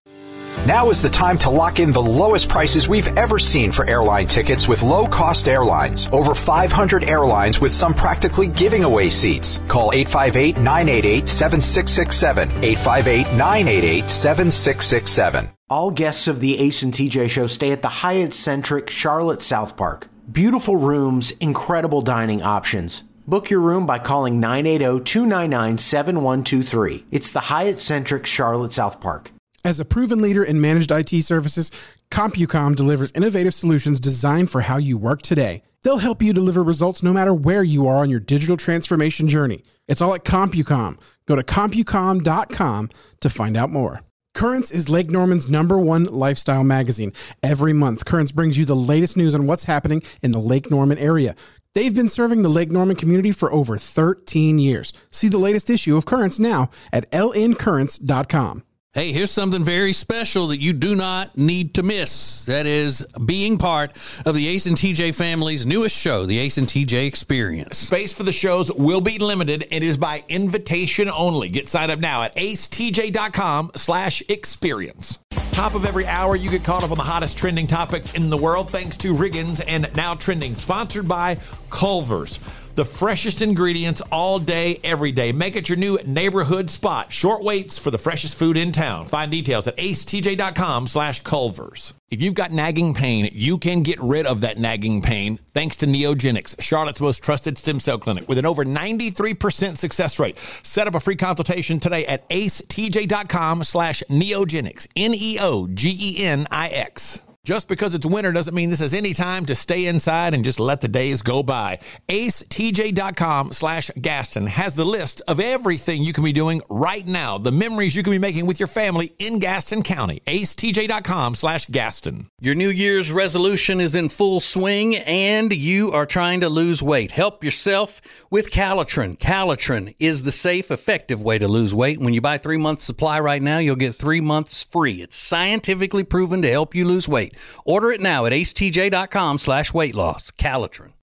[SPEAKER 6] Now is the time to lock in the lowest prices we've ever seen for airline tickets with low cost airlines. Over 500 airlines with some practically giving away seats. Call 858 988 7667. 858 988 7667.
[SPEAKER 7] All guests of the Ace and TJ show stay at the Hyatt Centric Charlotte South Park. Beautiful rooms, incredible dining options. Book your room by calling oh, 980 299 7123. It's the Hyatt Centric Charlotte South Park.
[SPEAKER 8] As a proven leader in managed IT services, CompuCom delivers innovative solutions designed for how you work today. They'll help you deliver results no matter where you are on your digital transformation journey. It's all at CompuCom. Go to CompuCom.com to find out more. Currents is Lake Norman's number one lifestyle magazine. Every month, Currents brings you the latest news on what's happening in the Lake Norman area. They've been serving the Lake Norman community for over 13 years. See the latest issue of Currents now at lncurrents.com.
[SPEAKER 2] Hey, here's something very special that you do not need to miss. That is being part of the Ace and TJ family's newest show, the Ace and TJ Experience.
[SPEAKER 3] Space for the shows will be limited. It is by invitation only. Get signed up now at acetj.com slash experience. Top of every hour, you get caught up on the hottest trending topics in the world thanks to Riggins and Now Trending, sponsored by Culver's. The freshest ingredients all day, every day. Make it your new neighborhood spot. Short waits for the freshest food in town. Find details at acetj.com slash culvers. If you've got nagging pain, you can get rid of that nagging pain thanks to Neogenics, Charlotte's most trusted stem cell clinic with an over 93% success rate. Set up a free consultation today at acetj.com slash neogenics, E N-E-O-G-E-N-I-X. Just because it's winter doesn't mean this is any time to stay inside and just let the days go by. AceTJ.com slash Gaston has the list of everything you can be doing right now, the memories you can be making with your family in Gaston County. AceTJ.com slash Gaston.
[SPEAKER 2] Your New Year's resolution is in full swing and you are trying to lose weight. Help yourself with Calitrin. Calitrin is the safe, effective way to lose weight. When you buy three months supply right now, you'll get three months free. It's scientifically proven to help you lose weight. Order it now at acetj.com slash weight loss. Calitrin.